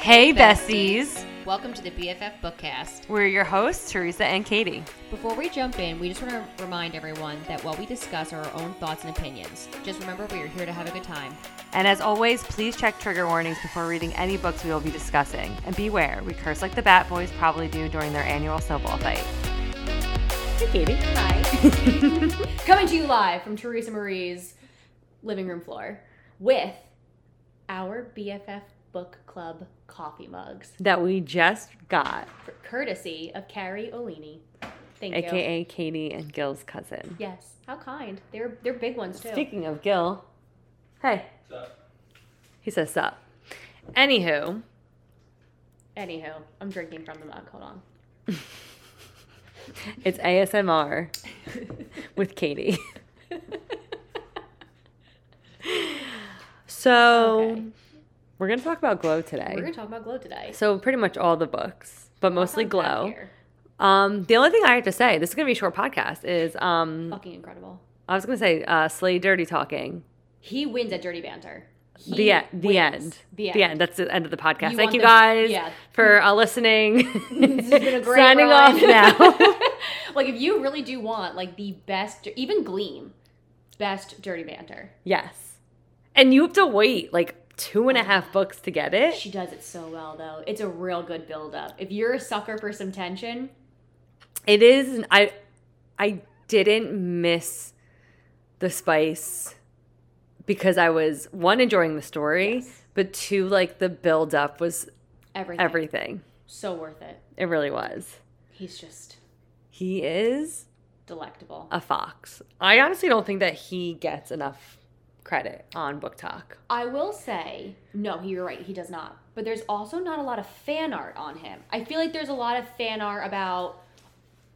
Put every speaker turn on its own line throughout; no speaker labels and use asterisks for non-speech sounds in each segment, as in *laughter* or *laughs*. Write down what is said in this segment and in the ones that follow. Hey, besties.
Welcome to the BFF Bookcast.
We're your hosts, Teresa and Katie.
Before we jump in, we just want to remind everyone that what we discuss are our own thoughts and opinions. Just remember, we are here to have a good time.
And as always, please check trigger warnings before reading any books we will be discussing. And beware, we curse like the Bat Boys probably do during their annual snowball fight.
Hey, Katie.
Hi. Coming to you live from Teresa Marie's living room floor with our BFF Book Club coffee mugs,
That we just got,
for- courtesy of Carrie Olini. Thank you.
aka Katie and Gil's cousin.
Yes, how kind. They're they're big ones too.
Speaking of Gil, hey. He says sup. Anywho,
Anywho, I'm drinking from the mug. Hold on.
it's
*laughs*
ASMR with Katie. so
Okay.
we're gonna talk about Glow today.
We're gonna talk about glow today.
so pretty much all the books, but mostly
What's on tap
Glow.
here?
Um, the only thing I have to say, this is gonna be a short podcast, is um,
Fucking incredible.
I was gonna say uh, Slay Dirty Talking.
He wins at Dirty Banter. He
the e- the
wins.
end.
The end.
That's the end of the podcast.
You
Thank
want
you
the-
guys
yeah. *laughs*
for uh, listening. *laughs*
This has been a great
Signing
ride.
off
*laughs*
now.
like if you really do want like the best, even Gleam, best Dirty Banter.
yes, and you have to wait like two
Oh.
and a half books to get it.
She does it so well though. It's a real good build up. If you're a sucker for some tension,
It is. an- I I didn't miss the spice because I was one enjoying the story, but two like the build up was
everything,
everything.
so worth it.
It really was.
He's just
He is
delectable.
a fox. I honestly don't think that he gets enough credit on Book Talk.
I will say, no, you're right. He does not. But there's also not a lot of fan art on him. I feel like there's a lot of fan art about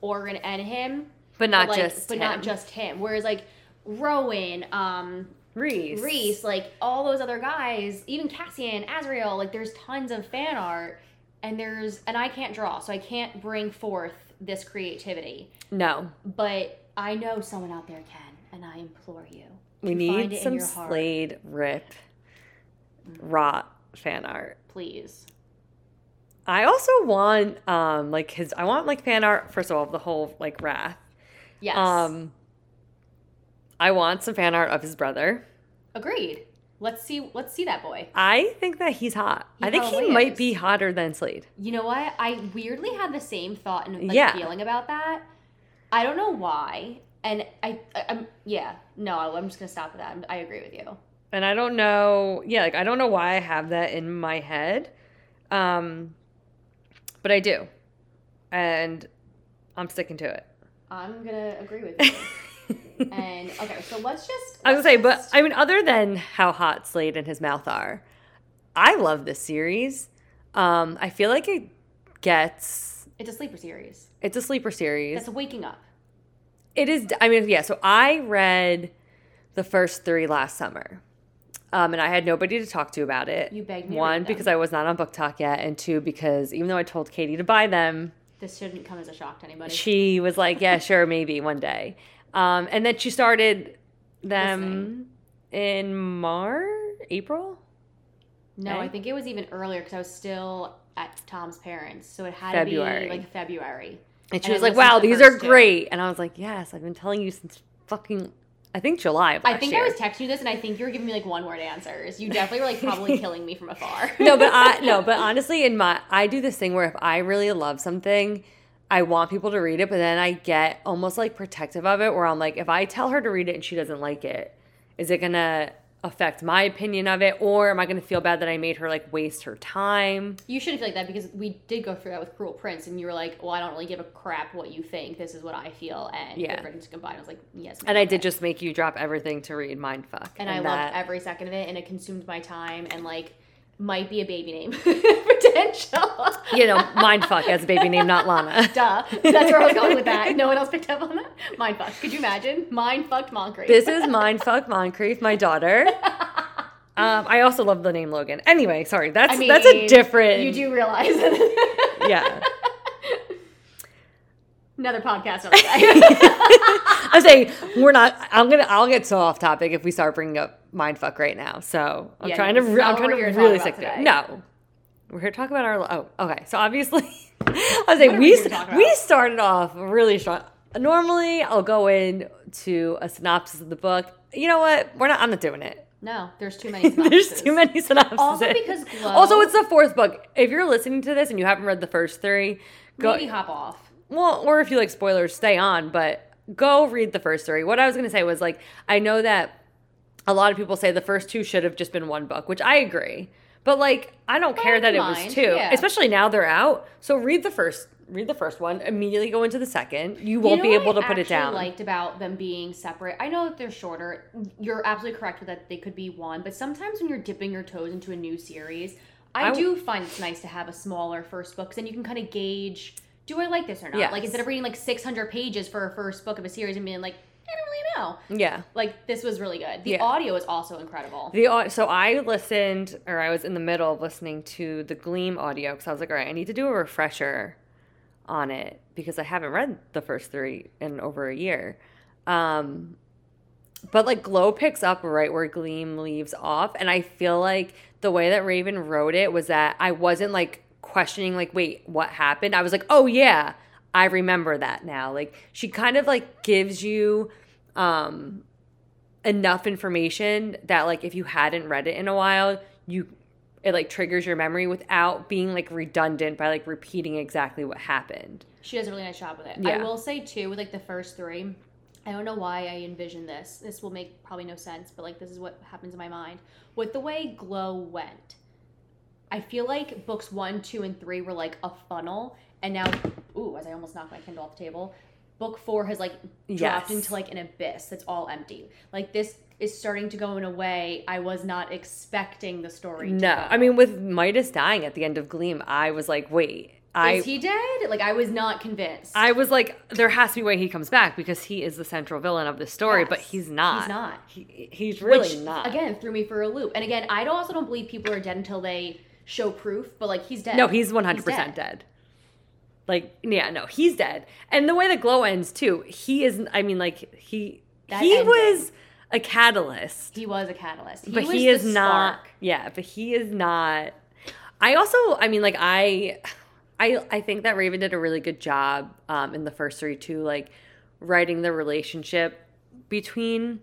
Oren and him,
But not
like,
just
but
him.
not just him. Whereas like Rowan, um,
Reese.
Reese, like all those other guys, even Cassian, Azrael, like there's tons of fan art, and there's and I can't draw, so I can't bring forth this creativity.
No.
But I know someone out there can, and I implore you.
We
to find
need
it in
some
your heart,
Slade Rip Rot fan art.
please.
I also want um like his I want like fan art first of all of the whole like Wrath.
Yes,
Um I want some fan art of his brother.
agreed. Let's see. Let's see that boy.
I think that he's hot.
He
I think he
probably
might
is.
be hotter than Slade.
You know what? I weirdly had the same thought and like,
Yeah.
feeling about that. I don't know why, and I, I I'm yeah. No, I'm just gonna stop with that. I'm- I agree with you.
and I don't know, yeah, like I don't know why I have that in my head, um, but I do, and I'm sticking to it.
I'm gonna
*laughs*
agree with you. and okay, so let's just.
I was gonna
let's
say, but
just-
I mean, other than how hot Slade and his mouth are, I love this series. Um, I feel like it gets
it's a sleeper series.
it's a sleeper series.
That's waking up.
It is. I mean, yeah. So I read the first three last summer, um, and I had nobody to talk to about it.
You begged me to
One
read them.
because I was not on Book Talk yet, and two because even though I told Katie to buy them,
This shouldn't come as a shock to anybody.
she was like, "Yeah, sure, maybe one day." Um, and then she started them in Mar, April,
no, I
Right?
think it was even earlier because I was still at Tom's parents, so it had
February.
to be like February.
and she
And I
was like,
listened to
"Wow,
the
these
first
are
two.
great," and I was like, "Yes, I've been telling you since fucking." I think July. Of last
I think
year.
I was *laughs* texting you this, and I think you were giving me like one word answers. You definitely
*laughs*
were like probably killing me from afar.
no, but I no, but honestly, in my I do this thing where if I really love something, I want people to read it, but then I get almost like protective of it, where I'm like, if I tell her to read it and she doesn't like it, is it gonna affect my opinion of it, or am I gonna feel bad that I made her like waste her time?
You shouldn't feel like that because we did go through that with Cruel Prince, and you were like, "Well, I don't really give a crap what you think. This is what I feel." And
Yeah.
yeah, everything's combined. I was like, "Yes." ma'am,
And I
okay.
did just make you drop everything to read Mindfuck,
and, I
that-
loved every second of it, and it consumed my time, and like might be a baby name *laughs* potential.
*laughs* you know Mindfuck as a baby name, not Lana. *laughs*
Duh, that's where I was going with that. No one else picked up on that. Mind fucked. Could you imagine? Mind fucked Moncrief.
This is Mindfuck Moncrief, my
*laughs*
daughter. Um, I also love the name Logan. Anyway, sorry, that's
I mean,
that's a different.
You do realize
yeah.
*laughs* another podcast. on the way.
*laughs* I'm saying we're not. I'm gonna. I'll get so off topic if we start bringing up mindfuck right now. So I'm
Yeah,
trying to.
it's
re-
not
I'm
what
trying
we're
to
here to
really
talk
stick
about
to it. No, We're here to talk about our. lo- Oh, okay. So obviously, *laughs* I was like, we
here to talk
we
about?
started off really strong. Normally, I'll go in to a synopsis of the book. You know what? We're not. I'm not doing it.
No, there's too many.
*laughs* There's
synopses.
too many synopses.
Also because
*laughs*
Glow-
also, it's the fourth book. If you're listening to this and you haven't read the first three, go
Maybe hop off.
well, or if you like spoilers, stay on, but go read the first three. What I was going to say was like, I know that a lot of people say the first two should have just been one book, which I agree. But like, I don't care that it
mind,
was two,
yeah.
especially now they're out. So read the first, read the first one, immediately go into the second. You won't
You know
be able
what
to
I
put it
actually
down.
Liked about them being separate. I know that they're shorter. You're absolutely correct with that they could be one, but sometimes when you're dipping your toes into a new series, I,
I w-
do find it's nice to have a smaller first book, 'cause then you can kind of gauge do I like this or not.
Yes.
Like instead of reading like 600 pages for a first book of a series and being like, I don't really know.
yeah.
Like this was really good. The
Yeah.
audio is also incredible.
The au- so I listened, or I was in the middle of listening to the Gleam audio because I was like, all right, I need to do a refresher on it because I haven't read the first three in over a year. Um, but like Glow picks up right where Gleam leaves off, and I feel like the way that Raven wrote it was that I wasn't like questioning like, wait, what happened? I was like, oh yeah, I remember that now. Like she kind of like gives you um enough information that like if you hadn't read it in a while, you it like triggers your memory without being like redundant by like repeating exactly what happened.
She does a really nice job with it. I
Yeah.
will say too, with like the first three, I don't know why I envision this. This will make probably no sense, but like this is what happens in my mind. With the way Glow went, I feel like books one, two, and three were like a funnel, and now, ooh, as I almost knocked my Kindle off the table, book four has like
Yes.
dropped into like an abyss that's all empty. Like this is starting to go in a way I was not expecting the story.
No,
to go.
I mean with Midas dying at the end of Gleam, I was like, wait, I
is he dead? Like I was not convinced.
I was like, there has to be a way he comes back because he is the central villain of the story, but
Yes.
he's not.
He's not.
He, he's really
Which,
not.
Again, threw me for a loop. And again, I don't- also don't believe people are dead until they show proof. But like, he's dead.
No, he's 100% dead. Like, yeah, no, he's dead. And the way the glow ends, too, he is, I mean, like, he
That
he
ending.
was a catalyst,
He was a catalyst. He
but
was
he
the
is not,
spark.
yeah, but he is not. I also, I mean, like, I, I, I think that Raven did a really good job um, in the first three, too, like, writing the relationship between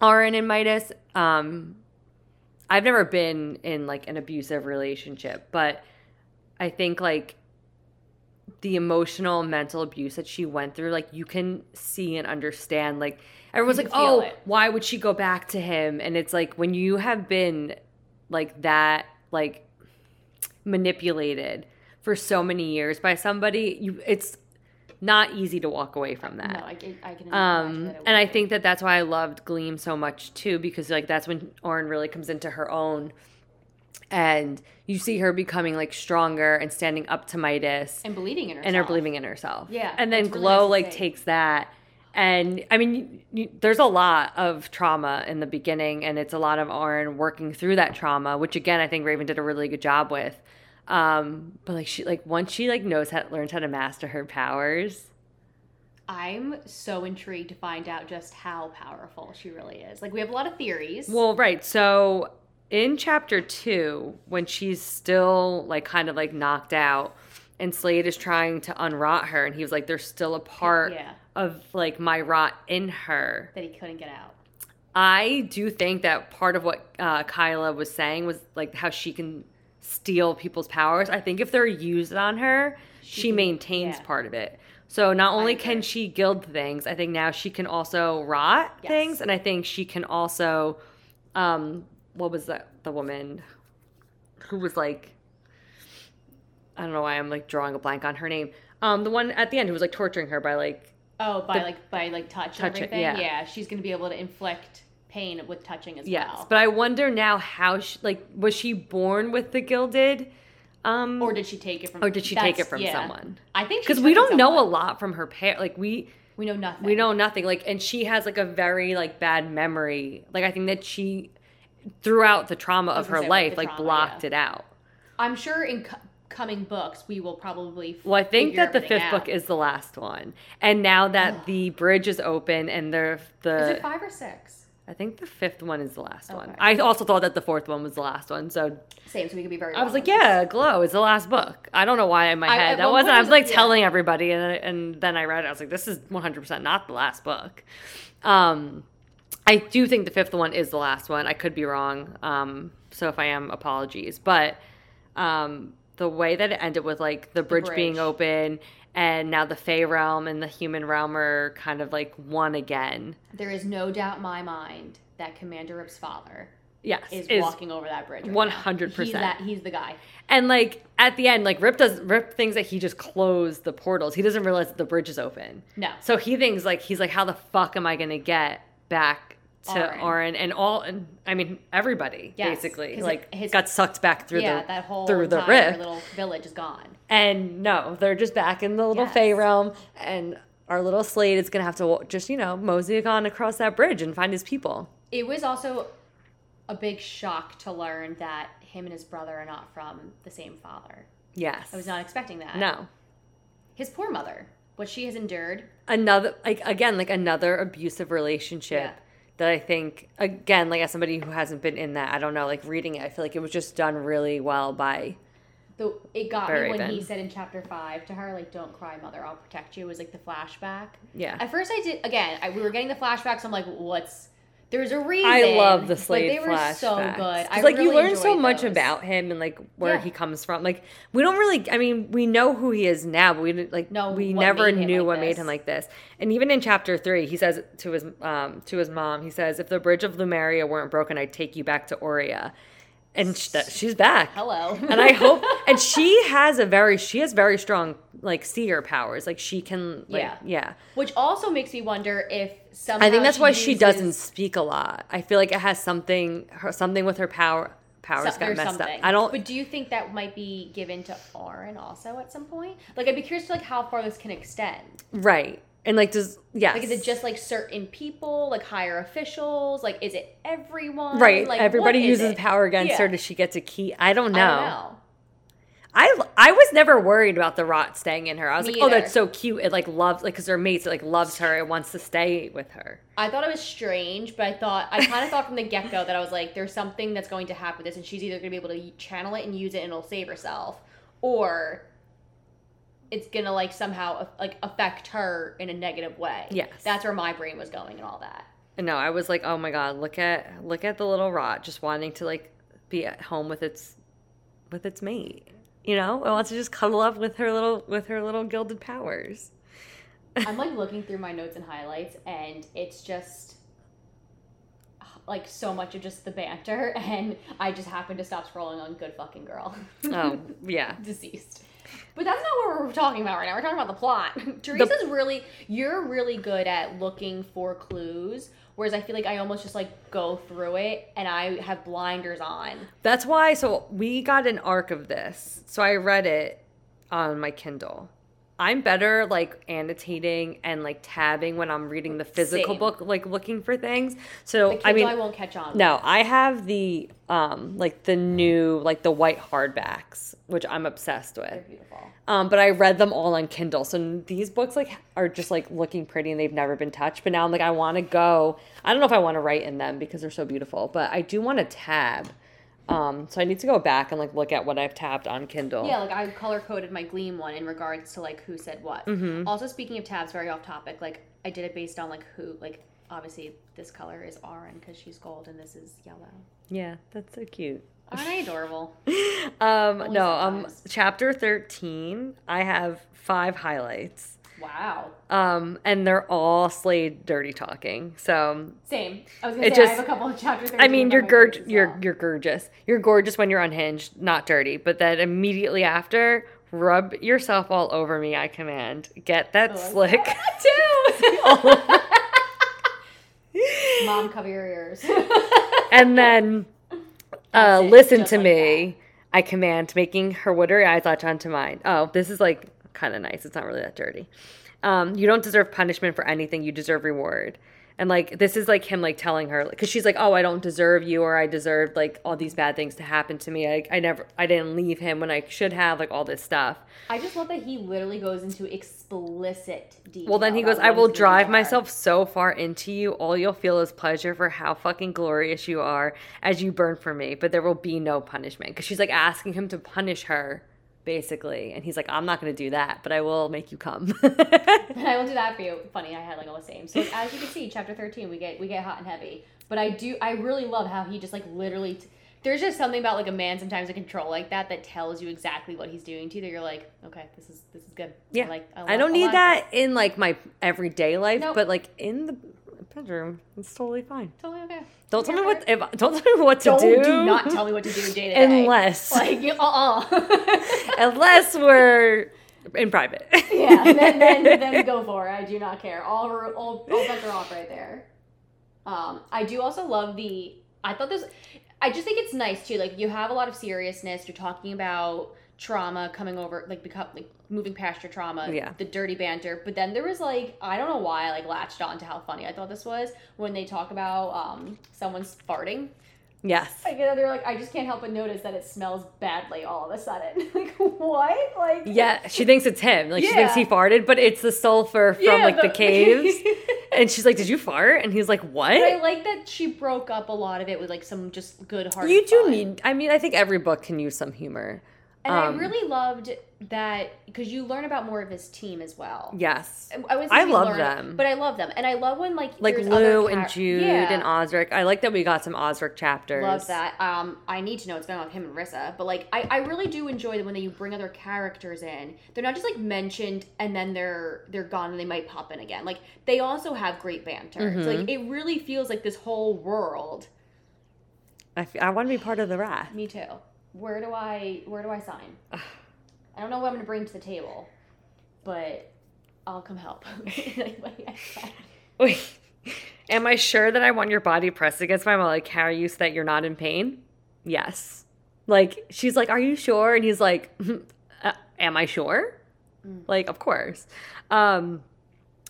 Aaron and Midas. Um, I've never been in like an abusive relationship, but I think like the emotional mental abuse that she went through, like you can see and understand. Like everyone's
You
like,
can feel
"Oh,
it."
why would she go back to him?" And it's like when you have been like that, like manipulated for so many years by somebody, you it's not easy to walk away from that.
No, I, can- I can. imagine
Um,
that it
and I
would've
think that that's why I loved Gleam so much too, because like that's when Orin really comes into her own, and you see her becoming like stronger and standing up to Midas,
been. and believing in herself.
and her believing in herself.
Yeah,
and then
it's really
Glow
nice to
like
see.
takes that, and I mean, you, you, there's a lot of trauma in the beginning, and it's a lot of Orin working through that trauma, which again I think Raven did a really good job with. Um, but like she like once she like knows how learns how to master her powers.
I'm so intrigued to find out just how powerful she really is. Like we have a lot of theories.
Well, right. So in chapter two, when she's still like kind of like knocked out, and Slade is trying to unrot her, and he was like, "There's still a part
yeah,
of like my rot in her."
that he couldn't get out.
I do think that part of what uh, Kyla was saying was like how she can steal people's powers. I think if they're used on her, she,
can-
maintains
yeah.
part of it. So not only
agree.
can she guild things, I think now she can also rot
Yes.
things, and I think she can also, um, what was that? The woman who was like, I don't know why I'm like drawing a blank on her name. Um, the one at the end who was like torturing her by like
Oh, by like by like touch, and
Touch it,
everything.
yeah.
she's gonna be able to inflict pain with touching as
Yes,
well.
but I wonder now how she like was she born with the gilded, um,
or
or,
did she take it from?
did she
that's-
take it from
yeah.
someone?
I think she
Because
took
we
it
don't know a
someone.
lot from her parent. Like we
We know nothing.
we know nothing. Like and she has like a very like bad memory. Like I think that she throughout the trauma of
was gonna
her
say, with
life
the
like
trauma,
blocked
yeah.
it out.
I'm sure in co- coming books we will probably.
Well, I think
figure
that the
everything
fifth
out.
book is the last one, and now that the bridge is open and they're the
Is it five or six?
I think the fifth one is the last one.
Okay.
I also thought that the fourth one was the last one. So
Same, so we could be very.
I was
wrong
like,
on this.
yeah, Glow is the last book. I don't know why in my
I-
head
at
that
one
wasn't.
point
I
it
was
was-
like
yeah.
telling everybody, and and then I read it. I was like, this is 100% not the last book. Um, I do think the fifth one is the last one. I could be wrong. Um, so if I am, apologies. But um, the way that it ended with like the bridge, being
bridge.
open, and now the Fey realm and the human realm are kind of like one again.
There is no doubt in my mind that Commander Rip's father
Yes,
is,
is-
walking over that bridge. right now.
100%.
He's that. He's the guy.
And like at the end, like Rip does Rip thinks that he just closed the portals. He doesn't realize that the bridge is open.
No.
So he thinks like he's like, how the fuck am I gonna get back to
Auron.
Orin and all? And I mean everybody
Yes,
basically
'cause
like
his-
got sucked back through
yeah,
the
that whole
through the
entire
rift.
little village is gone.
And no, they're just back in the little
Yes.
Fey realm, and our little Slade is gonna have to wa- just you know mosey on across that bridge and find his people.
It was also a big shock to learn that him and his brother are not from the same father.
Yes.
I was not expecting that.
No.
His poor mother, what she has endured.
another like again like another abusive relationship
Yeah.
that i think again like as somebody who hasn't been in that i don't know like reading it i feel like it was just done really well by
The, it got
Very
me when he
thin.
said in chapter five to her, like, "Don't cry, mother. I'll protect you." It was like the flashback.
yeah
At first, I did again. I, we were getting the flashbacks. I'm like, "What's?" There's a reason.
i love the
but
slade
They were so good.
flashbacks. 'Cause,
I
like you
really
learn so
enjoyed
much
those.
about him and like where
Yeah.
he comes from like we don't really i mean we know who he is now but we didn't like
Know
we
what
never
made him
knew
like
what made
this.
him like this and even in chapter three he says to his um to his mom he says if the bridge of lumeria weren't broken i'd take you back to Aurea. and sh- that- she's back
Hello.
and I hope and she has a very she has very strong like seer powers. Like she can like, yeah
Yeah.
yeah.
*laughs* Which also makes me wonder if some.
I think that's why she doesn't speak a lot. I feel like it has something her something with her power powers got messed up. I don't
But do you think that might be given to Auron also at some point? Like, I'd be curious to like how far this can extend.
right and like does yeah
Like, is it just like certain people, like higher officials? Like, is it everyone?
right
Like,
everybody
what is
uses
it?
power against her?
Yeah.
Does she get to keep? I don't
I don't
know.
know.
I I was never worried about the rot staying in her. I was
Me
like, oh,
either.
that's so cute. It like loves like because her mates it like loves her. It wants to stay with her.
I thought it was strange, but I thought I kind of thought from the get go that I was like, there's something that's going to happen with this, and she's either going to be able to channel it and use it, and it'll save herself, or it's gonna like somehow uh, like affect her in a negative way.
Yes.
that's where my brain was going and all that.
No, I was like, oh my god, look at look at the little rot just wanting to like be at home with its with its mate. You know, it wants to just cuddle up with her little with her little gilded powers.
I'm like looking through my notes and highlights, and it's just like so much of just the banter, *laughs* and I just happened to stop scrolling on Good Fucking Girl. *laughs*
Oh yeah,
deceased. But that's not what we're talking about right now. We're talking about the plot. *laughs* Teresa's really, you're really good at looking for clues, whereas I feel like I almost just like go through it and I have blinders on.
that's why. So we got an arc of this. So I read it on my Kindle. I'm better like annotating and like tabbing when I'm reading the physical
Same.
book, like looking for things.
The
So
Kindle,
I
I,
mean,
won't catch on.
No, I have the um like the new like the white hardbacks, which I'm obsessed
They're
with.
beautiful.
Um, but I read them all on Kindle, so these books like are just like looking pretty and they've never been touched. But now I'm like, I want to go. I don't know if I want to write in them because they're so beautiful, but I do want to tab. Um, so I need to go back and like look at what I've tabbed on Kindle.
Yeah, like I color coded my Gleam one in regards to like who said what.
Mm-hmm.
Also, speaking of tabs, very off topic, like I did it based on like who, like obviously this color is orange because she's gold and this is yellow.
yeah, that's so cute.
Aren't I
*laughs*
adorable?
Um, no, um,
sometimes.
chapter thirteen. I have five highlights.
wow.
Um, and they're all Slade dirty talking. So um,
Same. I was gonna
It
say I
just-
have a couple of chapters.
I mean, you're
gorgeous.
gorg- you're you're gorgeous. You're gorgeous when you're unhinged, not dirty. But then immediately after, rub yourself all over me. I command. Get that
Oh, I-
slick. *laughs*
*laughs*
Oh.
Mom, cover
*laughs*
your ears.
and then uh,
That's it,
listen
just
to
like
me. I command, making her watery eyes latch onto mine. Oh, this is like kind of nice. It's not really that dirty. Um, you don't deserve punishment for anything. You deserve reward. And like this is like him like telling her because she's like, oh, I don't deserve you, or I deserved like all these bad things to happen to me. I, I never, I didn't leave him when I should have, like all this stuff.
I just love that he literally goes into explicit detail.
Well, then he goes,
about
I
what
will
his
drive
feelings are."
myself so far into you, all you'll feel is pleasure for how fucking glorious you are as you burn for me, but there will be no punishment. Because she's like asking him to punish her, basically. And he's like, I'm not going to do that, but I will make you come. *laughs*
*laughs* I will do that for you. Funny, I had like all the same. So as you can see, chapter thirteen, we get we get hot and heavy. But I do, I really love how he just like literally. T- there's just something about like a man sometimes in control like that that tells you exactly what he's doing to you. That you're like, okay, this is this is good.
Yeah.
I like I,
I
love-
don't
I
need
like
that in like my everyday life,
Nope.
but like in the bedroom, it's totally fine.
this. Totally okay.
Don't tell me
Yeah,
what,
*laughs*
if, don't tell me what to
Don't
do.
do not tell me what to do day to day.
Unless,
like *laughs* you- uh
*laughs*
uh
unless we're in private.
yeah, then, then, then go for it. I do not care. All, ro- all, all bets are off right there. Um, I do also love the. I thought this. I just think it's nice too. Like you have a lot of seriousness. You're talking about trauma coming over, like become like moving past your trauma.
Yeah.
The dirty banter, but then there was like I don't know why I like latched on to how funny I thought this was when they talk about um someone's farting.
*laughs* Yes.
Like they're like I just can't help but notice that it smells badly all of a sudden. *laughs* like what? Like
Yeah, she thinks it's him. Like she thinks
Yeah.
he farted, but it's the sulfur from
Yeah,
like
*laughs*
the caves. and she's like, "Did you fart?" And he's like,
But I
"What?"
like that she broke up a lot of it with like some just good heart.
You do need. I mean, I think every book can use some humor.
and
um,
I really loved that because you learn about more of his team as well.
Yes,
I, would
I love them.
but I love them, and I love when like
like
there's other
Lou and
char-
Jude
yeah,
and Osric. I like that we got some Osric chapters.
Love that. Um, I need to know what's going on with him and Rissa, but like I, I really do enjoy when you bring other characters in. They're not just like mentioned and then they're they're gone and they might pop in again. Like they also have great banter. So,
Mm-hmm.
like it really feels like this whole world
I, f- I want to be part of the wrath.
Me too. Where do I where do I sign? I don't know what I'm gonna bring to the table, but I'll come help. *laughs*
*laughs* Wait, *laughs* am I sure that I want your body pressed against my Like, how are you so that you're not in pain? Yes. Like she's like, "Are you sure?" And he's like, *laughs* "Mhm. uh, "Am I sure?"
Mm.
Like, of course. Um,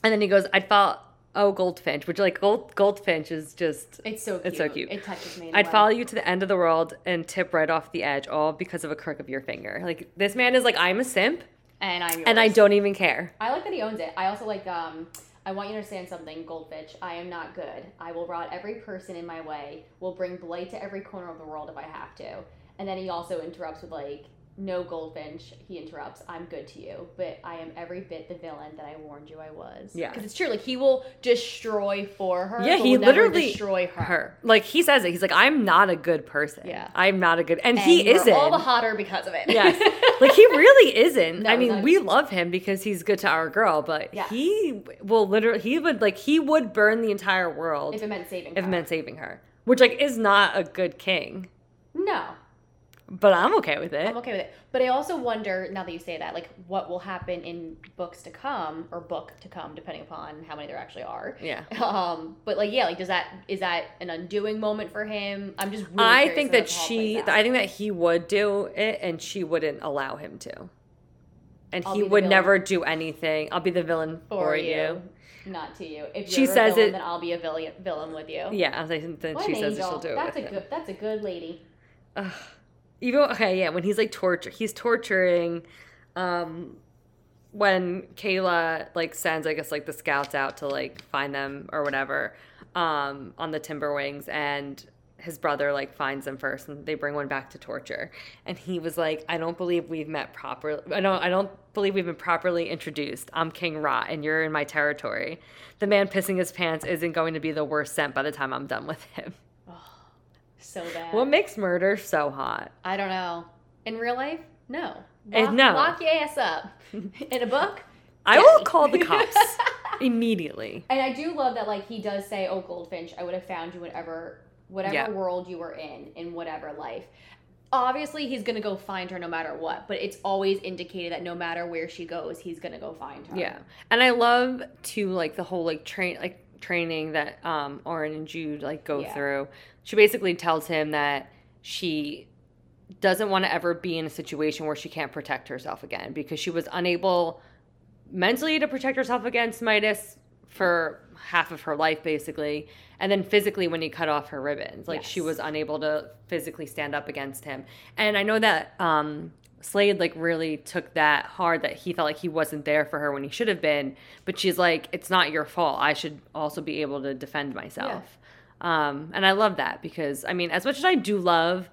and then he goes, "I'd follow." Oh, Goldfinch, which like Gold Goldfinch is just.
it's so cute.
It's so cute.
It touches me. in a
I'd
way.
follow you to the end of the world and tip right off the edge, all because of a crook of your finger. Like this man is like, I'm a simp,
And I'm
and I
yours.
don't even care.
I like that he owns it. I also like um I want you to understand something, Goldfish. I am not good. I will rot every person in my way, will bring blight to every corner of the world if I have to. And then he also interrupts with like no goldfinch, he interrupts. I'm good to you, but I am every bit the villain that I warned you I was.
Yeah.
because it's true. Like he will destroy for her.
Yeah,
but
he
will never
literally-
destroy her.
Her, like he says it, he's like, I'm not a good person.
Yeah.
I'm not a good, and,
And
he
we're
isn't.
all the hotter because of it.
Yes. Like he really isn't.
No,
I mean,
not-
we love him because he's good to our girl, but
Yeah.
he will literally he would like he would burn the entire world
*laughs* if it meant saving.
if it
her.
meant saving her. Which like is not a good king.
no,
But I'm okay with it.
I'm okay with it. But I also wonder, now that you say that, like what will happen in books to come or book to come, depending upon how many there actually are. *laughs*
Yeah.
Um, but like, yeah, like does that is that an undoing moment for him? I'm just. Really
I
curious
think
how
that
all
she
plays out.
I think that he would do it and she wouldn't allow him to. And
I'll
he
be the
would
villain.
never do anything. I'll be the villain for, you.
not to you. If
She
you're
says
a villain,
it-
then I'll be a villain, villain with you.
Yeah, I think that
What
she
an
says that
angel.
she'll do it.
That's
with
a
him.
good. That's a good lady.
Ugh. Even okay, yeah, when he's like torture, he's torturing. Um, when Kayla like sends, I guess like the scouts out to like find them or whatever, um, on the Timberwings, and his brother like finds them first, and they bring one back to torture, and he was like, I don't believe we've met properly. I don't. I don't believe we've been properly introduced. I'm King Ra, and you're in my territory. The man pissing his pants isn't going to be the worst scent by the time I'm done with him.
So bad.
What makes murder so hot?
I don't know. In real life, no.
Eh,
Lock,
no.
Lock your ass
*laughs*
up. In a book,
I
Yeah.
will call the *laughs* cops immediately.
And I do love that, like he does say, "Oh, Goldfinch, I would have found you whatever, whatever
Yeah.
world you were in, in whatever life." Obviously, he's gonna go find her no matter what. But it's always indicated that no matter where she goes, he's gonna go find her.
Yeah. And I love to like the whole like train like training that um Oren and Jude like go
Yeah.
through. She basically tells him that she doesn't want to ever be in a situation where she can't protect herself again because she was unable mentally to protect herself against Midas for half of her life basically and then physically when he cut off her ribbons like she
Yes.
was unable to physically stand up against him and i know that um slade like really took that hard that he felt like he wasn't there for her when he should have been but she's like it's not your fault i should also be able to defend myself um and i love that because i mean as much as i do love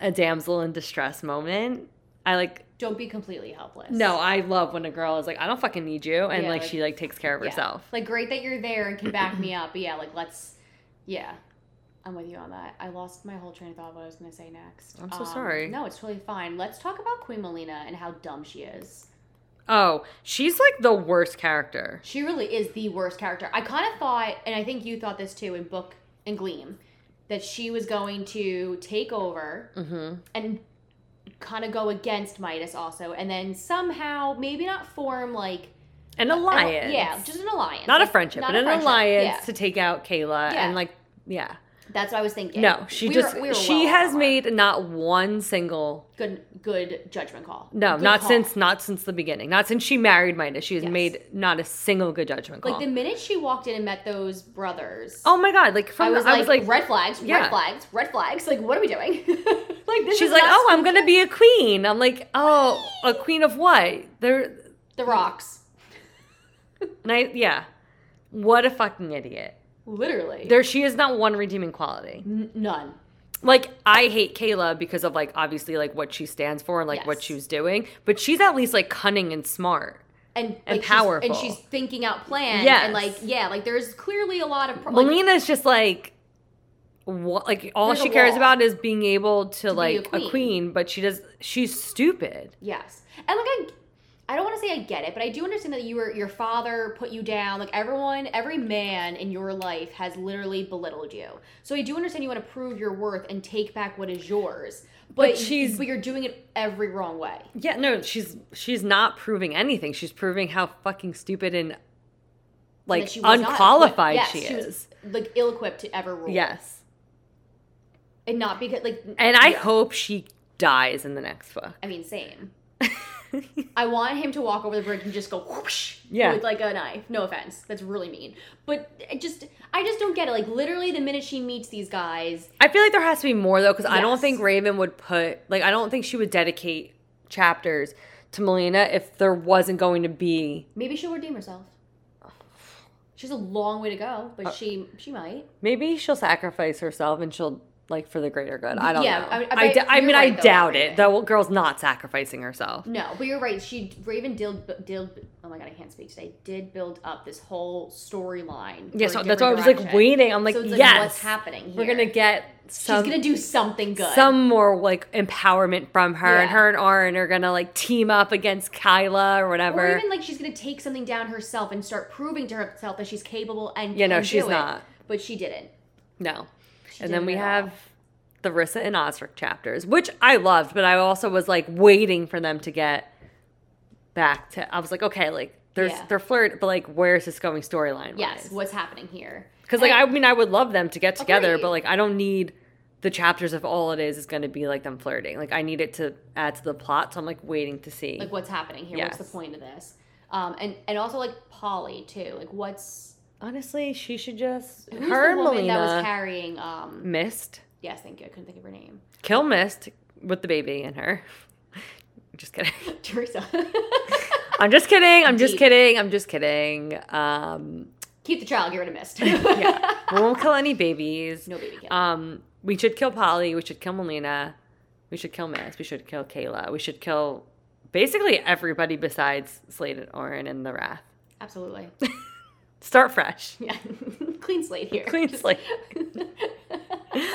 a damsel in distress moment i like
Don't be completely helpless.
no i love when a girl is like i don't fucking need you and
Yeah,
like,
like-
she like takes care of
Yeah.
herself
Like great that you're there and can back me up. But yeah, like let's yeah. I'm with you on that. I lost my whole train of thought of what I was gonna say next. Um,
I'm so sorry.
No, it's totally fine. Let's talk about Queen Melina and how dumb she is.
Oh, she's like the worst character.
She really is the worst character. I kind of thought, and I think you thought this too in Book and Gleam, that she was going to take over
Mm-hmm.
and kind of go against Midas also, and then somehow maybe not form like
An alliance.
Uh, yeah, just an alliance,
not a
Like,
friendship,
not
but
a
an
friendship.
alliance
Yeah.
to take out Kayla
Yeah.
and like yeah.
That's what I was thinking.
No, she
We were-
just
we were well
she
on
has
our-
made not one single
good good judgment call.
no,
Good
not
call.
since not since the beginning. Not since she married Midas. She has
Yes.
made not a single good judgment call.
like the minute she walked in and met those brothers.
oh my god, like
I
from
was,
I
like,
was like,
red flags,
Yeah.
red flags, red flags. Like, what are we doing? *laughs* like, this
she's
is
like,
not
"Oh, I'm going to be a queen." I'm like, "Oh, a queen of what?" There
the rocks,
and I yeah. What a fucking idiot.
literally.
There she is not one redeeming quality.
N- none.
like I hate Kayla because of like obviously like what she stands for and like what
Yes.
she was doing, but she's at least like cunning and smart.
And,
And
like, she's-
powerful.
and she's thinking out plans.
Yes.
And like, yeah, like there's clearly a lot of pro- like,
Melina's just like what like all
There's a
she cares
wall.
about is being able to,
be
like
a
a queen.
queen.
but she does she's stupid.
Yes, and like I, I don't want to say I get it, but I do understand that you were your father put you down. Like everyone, every man in your life has literally belittled you. So I do understand you want to prove your worth and take back what is yours. But,
she's-
but you're doing it every wrong way.
Yeah, no, she's she's not proving anything. She's proving how fucking stupid and like
That she was not
unqualified
equipped-
she
yes,
is.
was, like ill-equipped to ever rule.
yes.
and not because like
And I
yeah.
hope she dies in the next book. *laughs*
I mean, same. I want him to walk over the bridge and just go whoosh
Yeah.
with like a knife. No offense, that's really mean. But I just, I just don't get it. Like literally, the minute she meets these guys,
I feel like there has to be more though, because I don't
Yes.
think Raven would put like I don't think she would dedicate chapters to Melina if there wasn't going to be
maybe she'll redeem herself. She's a long way to go,
Uh,
but she she might.
maybe she'll sacrifice herself and she'll like for the greater good. I don't
Yeah,
know.
I-
I,
I
d-
bet-
I
you're
mean I
right, though,
doubt
Raven.
it. The girl's not sacrificing herself.
No, but you're right. She Raven did did. Oh my god, I can't speak today. Did build up this whole storyline. for
Yeah,
a
so
different
that's why I was like
direction.
waiting. I'm like,
So it's like,
yes,
what's happening? Here?
We're gonna get some
She's gonna do something good.
some more like empowerment from her, and
Yeah.
her and Orin are gonna like team up against Kyla or whatever.
Or even like she's gonna take something down herself and start proving to herself that she's capable and
Yeah, no,
can do
she's
it.
not.
But she didn't.
No.
She
and then
didn't
we
at
have
all.
the Rissa and Osric chapters, which I loved, but I also was like waiting for them to get back to. I was like, okay, like there's
Yeah.
they're flirt, but like where's this going storyline?
Yes, what's happening here?
because like
And
I mean, I would love them to get together, but
Agreed.
like I don't need the chapters of all it is is going to be like them flirting. Like I need it to add to the plot, so I'm like waiting to see.
like what's happening here? What's
Yes.
the point of this? Um, and and also like Polly too. Like what's
Honestly, she should just
who's
her
the
and
woman
Melina
that was carrying? Um,
missed
yes, thank you. I couldn't think of her name. *laughs*
kill missed with the baby in her. *laughs* just
*laughs*
kidding. *laughs*
Teresa.
I'm just kidding. I'm just
Deep.
kidding. I'm just kidding. Um,
Keep the child. Get rid of Mist.
*laughs* yeah, we won't kill any babies.
*laughs* No baby kill.
Um, we should kill Polly. We should kill Melina. We should kill Miss. We should kill Kayla. We should kill basically everybody besides Slade and Orin and the Wrath.
Absolutely. *laughs*
Start fresh. *laughs*
Yeah. *laughs* Clean slate here.
Clean
Just- *laughs*
slate. I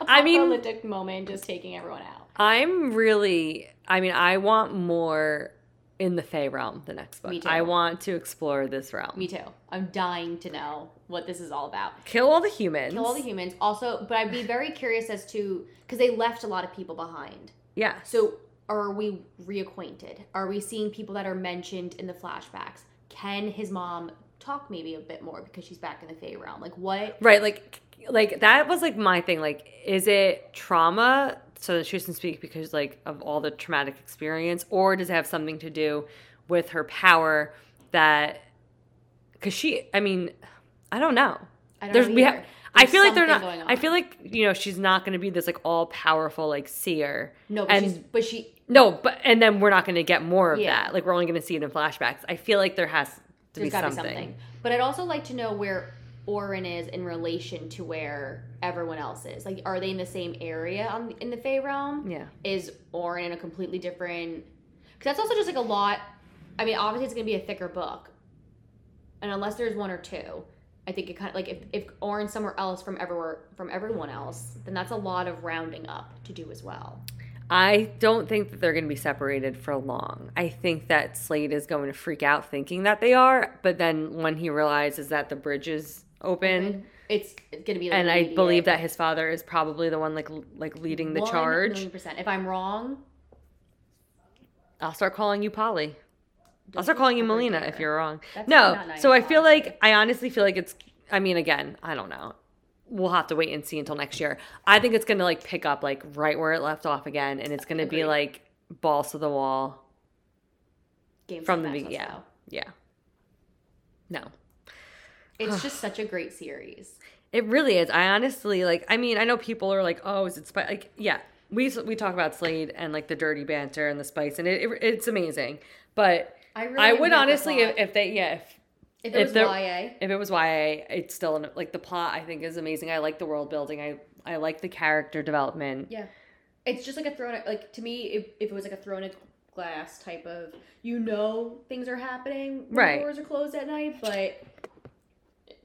I
mean-
mean, apocalyptic moment, just taking everyone out.
I'm really. I mean, I want more in the Fey realm. The next book.
Me too.
I want to explore this realm.
Me too. I'm dying to know what this is all about.
Kill all the humans.
Kill all the humans. Also, but I'd be very curious as to because they left a lot of people behind.
Yeah.
So are we reacquainted? Are we seeing people that are mentioned in the flashbacks? Can his mom talk maybe a bit more because she's back in the Fey realm? Like what?
Right, like like that was like my thing. Like, is it trauma so that she doesn't speak because like of all the traumatic experience, or does it have something to do with her power that because she. I mean, I don't know.
I don't
There's
know
we
either.
have. I
There's
feel like they're
something
not.
going
I
on.
feel like you know she's not going to be this like all powerful like seer.
no, but
and-
she's but she
No, but and then we're not going to get more of
Yeah.
that. Like we're only going to see it in flashbacks. I feel like there has to
there's
be
gotta
something.
be something. But I'd also like to know where Orin is in relation to where everyone else is. Like, are they in the same area on, in the Fey realm?
Yeah.
Is Orin in a completely different? Because that's also just like a lot. I mean, obviously it's going to be a thicker book, and unless there's one or two, I think it kind of like if if Orin's somewhere else from everywhere from everyone else, then that's a lot of rounding up to do as well.
I don't think that they're going to be separated for long. I think that Slade is going to freak out thinking that they are, but then when he realizes that the bridge is open,
It's going to be. Like
and I
immediate.
believe that his father is probably the one like l- like leading the
One
charge.
million percent. If I'm wrong,
I'll start calling you Polly. I'll
don't
start
you
calling you
ever
Melina
dare.
if you're wrong.
That's
no,
not nice,
so I feel
honestly.
like I honestly feel like it's. I mean, again, I don't know. We'll have to wait and see until next year. I think it's going to like pick up like right where it left off again, and it's going to be
Agreed.
like balls to the wall.
Games
From
of
the be-
Maxwell's
yeah.
though.
Yeah. No. *sighs*
It's just such a great series.
It really is. I honestly like. I mean, I know people are like, "Oh, is it spice?" Like, yeah, we we talk about Slade and like the dirty banter and the spice, and it, it- it's amazing. But
I really
I would
admit the
honestly,
plot.
if, if they, yeah, if if
if it was
there-
YA,
if it was YA, it's still an, like the plot. I think is amazing. I like the world building. I I like the character development.
yeah, it's just like a thrown like to me if, if it was like a thrown in glass type of you know things are happening when
Right.
doors are closed at night, but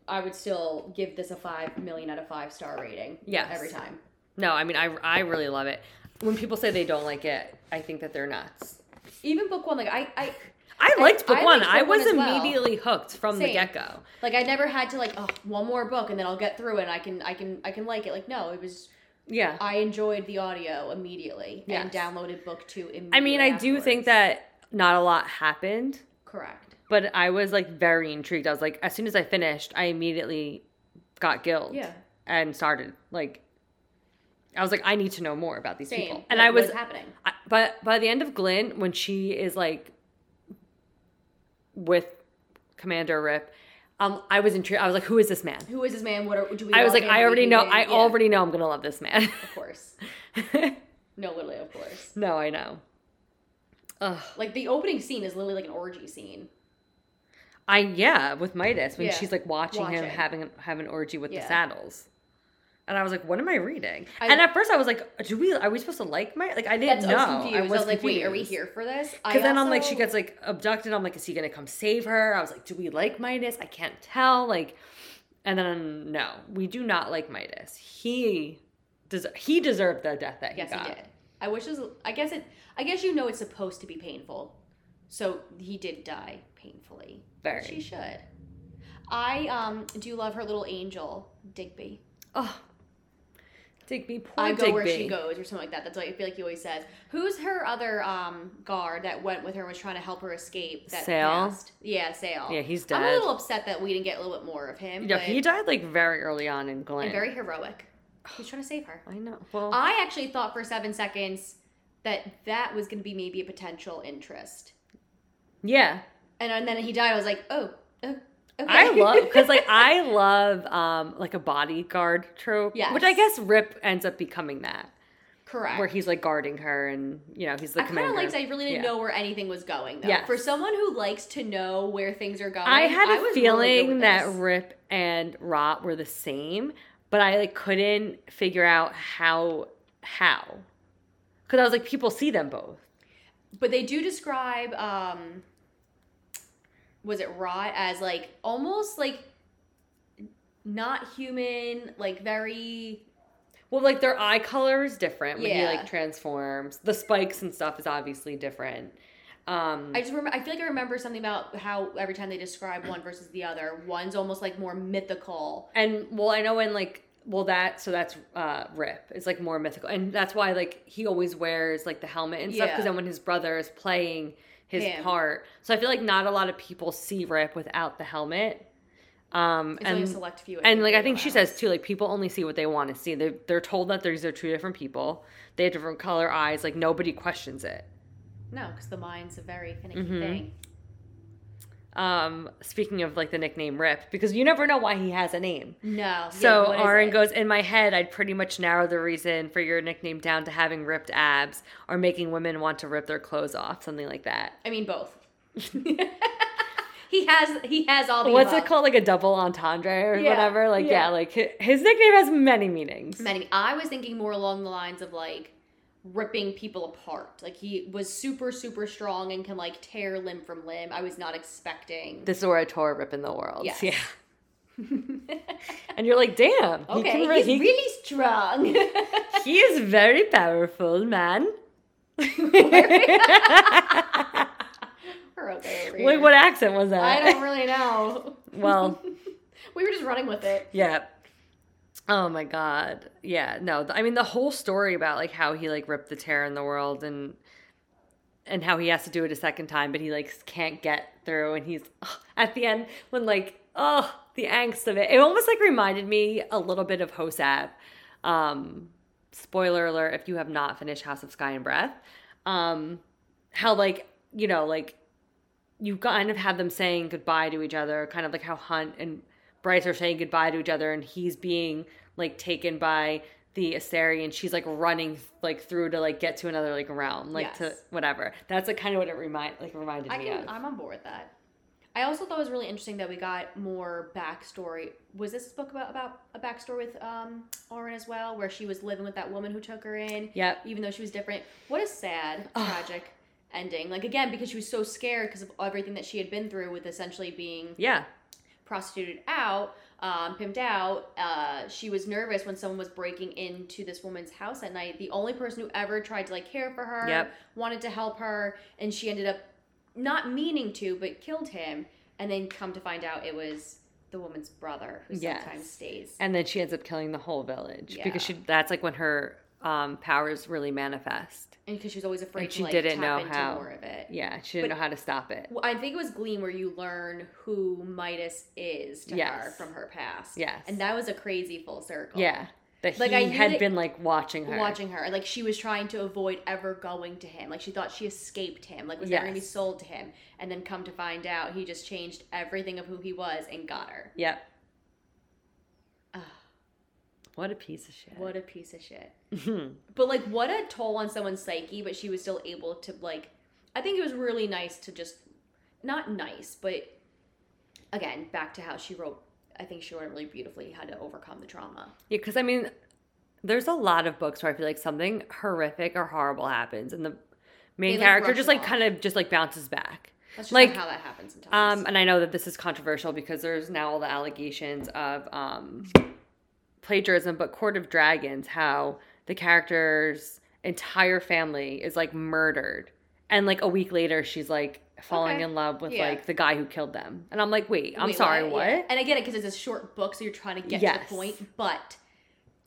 I would still give this a five million out of five star rating.
Yes.
every time.
No, I mean, I I really love it. When people say they don't like it, I think that they're nuts.
Even book one, like I, I
I liked book
I
one.
liked
I
book
was
one as well.
immediately hooked from the
Same.
get go.
like I never had to like oh one more book and then I'll get through it. And I can I can I can like it. Like no, it was
Yeah.
I enjoyed the audio immediately
Yes.
and downloaded book two immediately.
I mean, I do
afterwards.
think that not a lot happened,
correct.
but I was like very intrigued. I was like, as soon as I finished, I immediately got guilt.
Yeah.
And started like, I was like, I need to know more about these
Same.
people. And
Like,
I was,
what's happening.
I, but by the end of Glenn, when she is like with Commander Rip, um, I was intrigued. I was like, who is this man?
Who is this man? What are, do we?
I was like,
love him?
I
Do we
already
hate
know.
him?
I
Yeah,
already know I'm gonna love this man. *laughs*
Of course. No, literally, of course.
no, I know. Ugh.
Like the opening scene is literally like an orgy scene.
I yeah, with Midas when
Yeah.
she's like watching, him
Watching.
having have an orgy with the
Yeah.
saddles. And I was like, what am I reading?
I-
and at first I was like, do we are we supposed to like my like I didn't
That's
know.
I was confused. I was, like, wait, are we
confused.
here for this? I
Because then I'm like,
also-
she gets like abducted. I'm like, is he gonna come save her? I was like, do we like Midas? I can't tell. Like, and then no, we do not like Midas. He does. He deserved the death that he
*laughs* Yes,
got.
he did. I wish it was. I guess it. I guess you know it's supposed to be painful, so he did die painfully.
Very.
She should. I um do love her little angel Digby.
Oh, Digby, poor
I go
Digby.
where she goes or something like that. That's what I feel like he always says. Who's her other um, guard that went with her and was trying to help her escape? That
Sale?
Passed? Yeah, Sale.
Yeah, he's
I'm a
dead.
little upset that we didn't get a little bit more of him.
Yeah,
but-
he died like very early on in Glen.
and very heroic. He's trying to
*sighs*
save her.
I know. Well,
I actually thought for seven seconds that that was going to be maybe a potential interest,
yeah,
and, and then he died. I was like, oh, oh *laughs* okay.
I love
*laughs*
because like I love um like a bodyguard trope,
Yes.
which I guess Rip ends up becoming that,
correct.
where he's like guarding her and you know he's the
I kind of
commander.
liked. I really didn't
Yeah.
know where anything was going. though.
Yes.
For someone who likes to know where things are going,
I had a
was really good
feeling
with
that
this.
Rip and Rot were the same, but I like couldn't figure out how how because I was like people see them both.
But they do describe um was it Rot as like almost like not human, like very
Well, like their eye color is different when he
Yeah.
like transforms. The spikes and stuff is obviously different. Um,
I just remember I feel like I remember something about how every time they describe one versus the other, one's almost like more mythical.
And well, I know in like well that so that's uh Rip. It's like more mythical, and that's why like he always wears like the helmet and stuff. Because
Yeah.
then when his brother is playing his
Him.
part, so I feel like not a lot of people see Rip without the helmet. Um,
It's only a
and
select few.
and like I think
that
she
allow.
says too, like people only see what they want to see. They they're told that these are two different people. They have different color eyes. Like nobody questions it. Mm-hmm.
No, because the mind's a very finicky
Mhm.
thing.
Um, speaking of like the nickname Rip, because you never know why he has a name.
No. yeah,
So
what is
Aaron
it?
goes, in my head, I'd pretty much narrow the reason for your nickname down to having ripped abs or making women want to rip their clothes off, something like that.
I mean both. *laughs* he has he has all the
What's
above.
it called? Like a double entendre or
Oh, Yeah,
whatever? Like,
yeah.
yeah, like hi- his nickname has many meanings.
Many. I was thinking more along the lines of like ripping people apart. Like he was super super strong and can like tear limb from limb. I was not expecting.
This is where I tore rip in the world.
Yes. *laughs*
Yeah. And you're like, damn. he
okay,
can re-
he's
he-
really
*laughs*
strong. *laughs*
he is very powerful, man. *laughs*
We're okay over
Wait,
here.
what accent was that?
*laughs* I don't really know.
*laughs* well,
We were just running with it.
Yeah. Oh my god. Yeah. No. th- I mean the whole story about like how he like ripped the tear in the world and and how he has to do it a second time, but he like can't get through, and he's ugh, at the end when like oh the angst of it. It almost like reminded me a little bit of Hosab. Um, spoiler alert: if you have not finished House of Sky and Breath, um, how like you know like you kind of have them saying goodbye to each other, kind of like how Hunt and Bryce are saying goodbye to each other, and he's being like taken by the Asari, and she's like running like through to like get to another like realm, like to
Yes.
whatever. That's like kind of what it remind like reminded
I
me
can,
of.
I'm on board with that. I also thought it was really interesting that we got more backstory. Was this book about about a backstory with um Orin as well, where she was living with that woman who took her in,
yep.
even though she was different? What a sad,
Ugh.
tragic ending. Like again, because she was so scared because of everything that she had been through with essentially being
Yeah.
prostituted out, um, pimped out. Uh, she was nervous when someone was breaking into this woman's house at night. The only person who ever tried to like care for her,
Yep.
wanted to help her, and she ended up not meaning to, but killed him. And then come to find out it was the woman's brother who
Yes.
sometimes stays.
And then she ends up killing the whole village
Yeah.
because she that's like when her um powers really manifest.
And because she was always afraid
And
to
she
like
didn't
tap
know
into
how.
more of it.
Yeah, she didn't
But-
know how to stop it.
Well, I think it was Gleam where you learn who Midas is to her
Yes.
from her past.
Yes.
And that was a crazy full circle.
Yeah. That
Like,
he
I knew
had
that-
been like watching her.
watching her. Like she was trying to avoid ever going to him. Like she thought she escaped him. Like was never gonna be
Yes.
sold to him. And then come to find out, he just changed everything of who he was and got her.
Yep.
Ugh.
What a piece of shit.
What a piece of shit.
Mhm.
But like, what a toll on someone's psyche. But she was still able to like. I think it was really nice to just, not nice, but again, back to how she wrote. I think she wrote it really beautifully how to overcome the trauma.
Yeah, because I mean, there's a lot of books where I feel like something horrific or horrible happens, and the main
They, like,
character
brush
just
it
like
off.
kind of just like bounces back.
That's just
Like,
how that happens sometimes.
Um, and I know that this is controversial because there's now all the allegations of um, plagiarism, but Court of Dragons, how the character's entire family is like murdered, and like a week later, she's like falling
Okay.
in love with
Yeah.
like the guy who killed them, and I'm like, wait, I'm
Wait,
sorry, what?
Yeah. And I get it because it's a short book, so you're trying to get
Yes.
to the point. But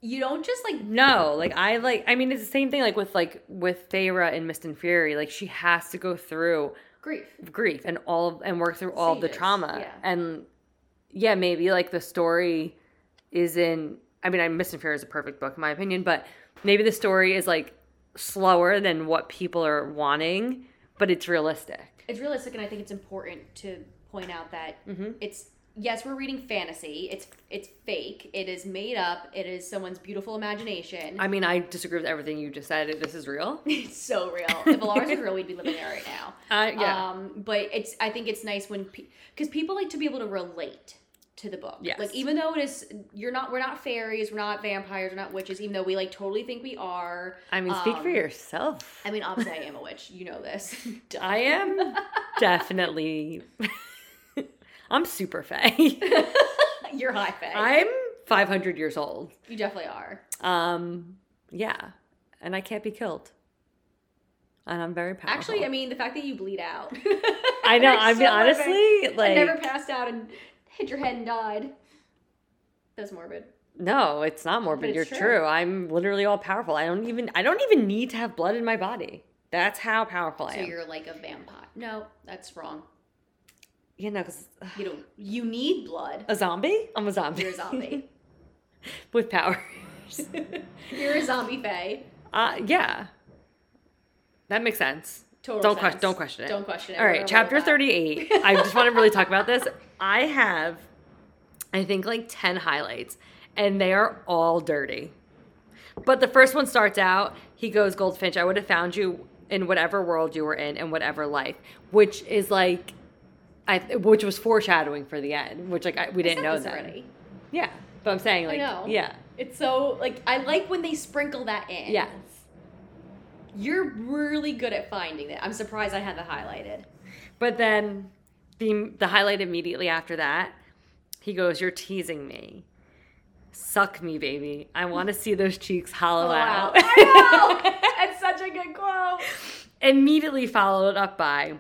you don't just like
No, like I like I mean it's the same thing like with like with Feyre and Mist and Fury. Like she has to go through
grief.
grief and all of- and work through all of the
Stages,
trauma.
yeah.
And yeah, maybe like the story is in I mean I Mist and Fury is a perfect book in my opinion, but maybe the story is like slower than what people are wanting, but it's realistic.
It's realistic, and I think it's important to point out that
Mm-hmm.
it's yes, we're reading fantasy. It's it's fake. It is made up. It is someone's beautiful imagination.
I mean, I disagree with everything you just said. This is real.
*laughs* it's so real. If Alaris was real, we'd be living there right now.
Uh, *laughs* yeah.
Um, but it's I think it's nice when because people like to be able to relate to the book.
Yes.
Like even though it is you're not we're not fairies, we're not vampires, we're not witches, even though we like totally think we are.
I mean, speak for
um,
yourself.
*laughs* I mean, obviously I am a witch. You know this.
*laughs* I am definitely. *laughs* I'm super fey.
*laughs*
*laughs*
you're high fed.
I'm 500 years old.
you definitely are.
Um, yeah, and I can't be killed. And I'm very powerful.
Actually, I mean the fact that you bleed out. *laughs*
I know.
I'm
I mean,
so
honestly,
I
like,
never passed out and hit your head and died. That's morbid.
no, it's not morbid.
it's
You're
true.
true. I'm literally all powerful. I don't even. I don't even need to have blood in my body. That's how powerful I
So
am.
you're like a vampire. No, that's wrong.
You know, 'cause
You don't. You need blood.
a zombie. I'm a zombie.
You're a *laughs* zombie.
*laughs* with power. *laughs*
you're a zombie fae.
Uh, yeah, that makes sense.
Total
Don't question.
sense.
Don't question it.
Don't question it.
All
We're
right,
gonna
chapter
roll with that.
38.
*laughs*
I just want to really talk about this. I have, I think, like 10 highlights, and they are all dirty. But the first one starts out he goes, Goldfinch, I would have found you in whatever world you were in and whatever life, which is like, I, which was foreshadowing for the end, which like I, we
I
didn't
said
know
this
that.
already.
Yeah, but I'm saying like,
know.
yeah,
It's so like I like when they sprinkle that in.
Yes.
You're really good at finding it. I'm surprised I had that highlighted.
But then the the highlight immediately after that, he goes, "You're teasing me. Suck me, baby. I want to see those cheeks
Oh,
hollow out."
*laughs* I know! That's such a good quote.
*laughs* immediately followed up by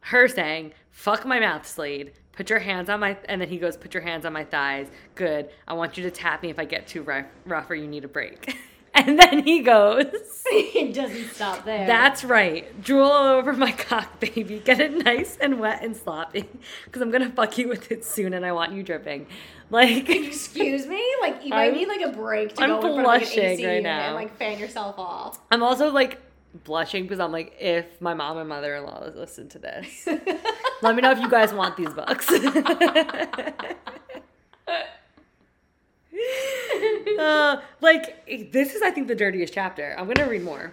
her saying, "Fuck my mouth, Slade. Put your hands on my." And then he goes, "Put your hands on my thighs. Good. I want you to tap me if I get too rough, rough or you need a break." *laughs* And then he goes.
*laughs* it doesn't stop there.
That's right. Drool all over my cock, baby. Get it nice and wet and sloppy. Because I'm going to fuck you with it soon and I want you dripping. Like, *laughs*
excuse me. Like you might
I'm-
need like a break to
I'm
go in front of like, an
blushing
AC
right
unit
now.
and like fan yourself off. *laughs*
I'm also like blushing because I'm like, if my mom and mother in law listen to this, let me know if you guys *laughs* want these books. Uh, like, this is, I think, the dirtiest chapter. I'm going to read more.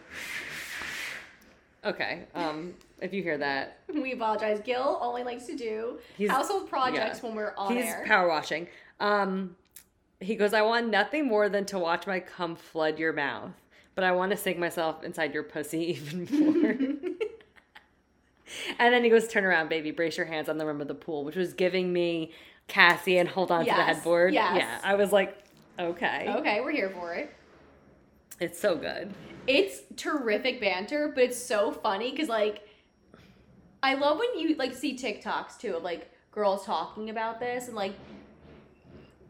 Okay. Um, if you hear that,
*laughs* we apologize. Gil only likes to do
He's-
household projects
yeah.
when we're on
He's
air.
power washing. Um, he goes, I want nothing more than to watch my cum flood your mouth, but I want to sink myself inside your pussy *laughs* even more. and then he goes, Turn around, baby, brace your hands on the rim of the pool, which was giving me Cassie and hold on to the
Yes,
headboard.
yes. Oh.
Yeah. I was like, okay.
okay, we're here for it.
It's so good.
It's terrific banter, but it's so funny because like I love when you like see TikToks too of like girls talking about this and like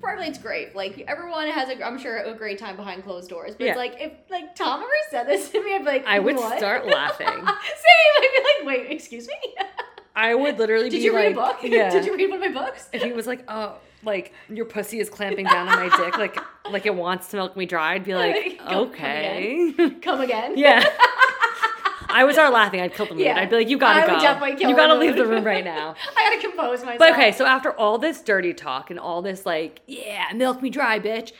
partly it's great. Like everyone has a I'm sure a great time behind closed doors, but
Yeah.
it's like if like Tom ever said this to me, I'd be like,
I would
"What?" *laughs*
start laughing.
Same. I'd be like, wait, excuse me.
I would literally
Did
be
you
like,
read a book? *laughs*
Yeah.
Did you read one of my books?
if he was like, oh, like your pussy is clamping down on my dick, like like it wants to milk me dry, I'd be like,
Come- come
okay,
*laughs* Come again.
yeah. I would start laughing. I'd kill the mood.
Yeah.
I'd be like, you gotta
I
go.
would definitely kill
you gotta
the
leave the
mood."
room
*laughs*
right now.
I gotta compose myself.
But okay, so after all this dirty talk and all this like, yeah, milk me dry, bitch.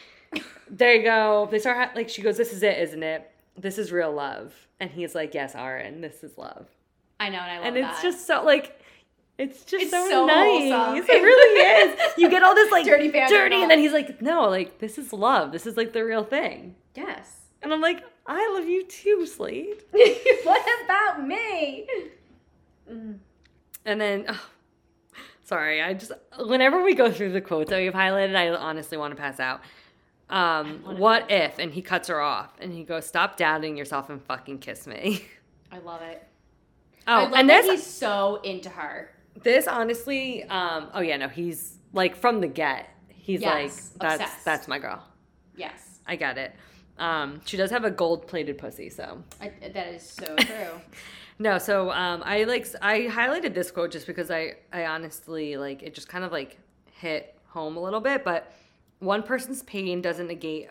There you go. They start ha- like she goes, this is it, isn't it? This is real love. And he's like, yes, Aaron, this is love.
I know, and I love
And
that.
it's just so like it's just
It's
so,
so
nice.
wholesome.
It really
*laughs*
is. You get all this like
Dirty
dirty,
fandom
dirty,
knowledge.
and then he's like, "No, like this is love. This is like the real thing."
yes.
And I'm like, "I love you too, Slade."
*laughs* what about me?
Mm. And then, oh, sorry, I just whenever we go through the quotes that we've highlighted, I honestly want to pass out. Um,
wanna
what if? And he cuts her off, and he goes, "Stop doubting yourself and fucking kiss me."
I love it. I
Oh,
love
and
that
this
he's so into her.
This honestly, um, oh yeah, no, he's like from the get. He's
Yes,
like, that's
obsessed.
that's my girl.
Yes,
I got it. Um, she does have a gold plated pussy, so
I, that
*laughs*
is so true.
no. So um, I like s- I highlighted this quote just because I I honestly like it just kind of like hit home a little bit. But one person's pain doesn't negate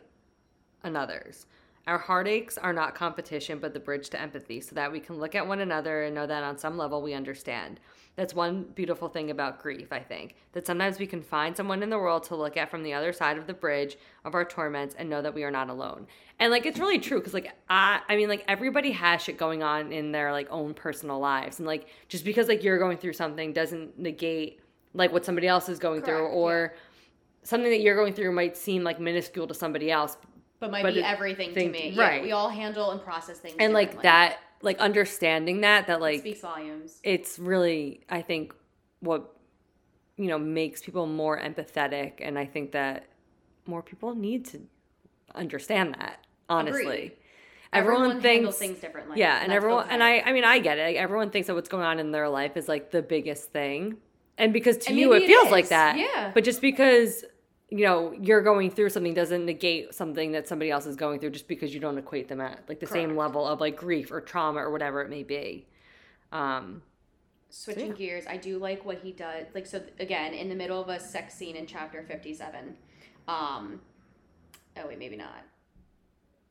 another's. Our heartaches are not competition, but the bridge to empathy, so that we can look at one another and know that on some level we understand. That's one beautiful thing about grief, I think, that sometimes we can find someone in the world to look at from the other side of the bridge of our torments and know that we are not alone. And like it's really true because like I I mean like everybody has shit going on in their like own personal lives. And like just because like you're going through something doesn't negate like what somebody else is going through
Correct,
or something that you're going through might seem like minuscule to somebody else,
But might
But
be
it-
everything
think-
to me.
right.
Yeah, we all handle and process things.
and like
differently.
that like understanding that that like
speaks volumes.
it's really i think what you know makes people more empathetic and i think that more people need to understand that honestly
Agreed.
everyone,
handles
thinks
things differently.
yeah and
that's
everyone
okay.
and i i mean i get it like, everyone thinks that what's going on in their life is like the biggest thing and because to
And
you it,
maybe it
feels like
is,
that
yeah.
but just because you know you're going through something doesn't negate something that somebody else is going through just because you don't equate them at like the same
Correct.
level of like grief or trauma or whatever it may be um
switching
Yeah.
gears i do like what he does like so th- again in the middle of a sex scene in chapter 57 um oh wait maybe not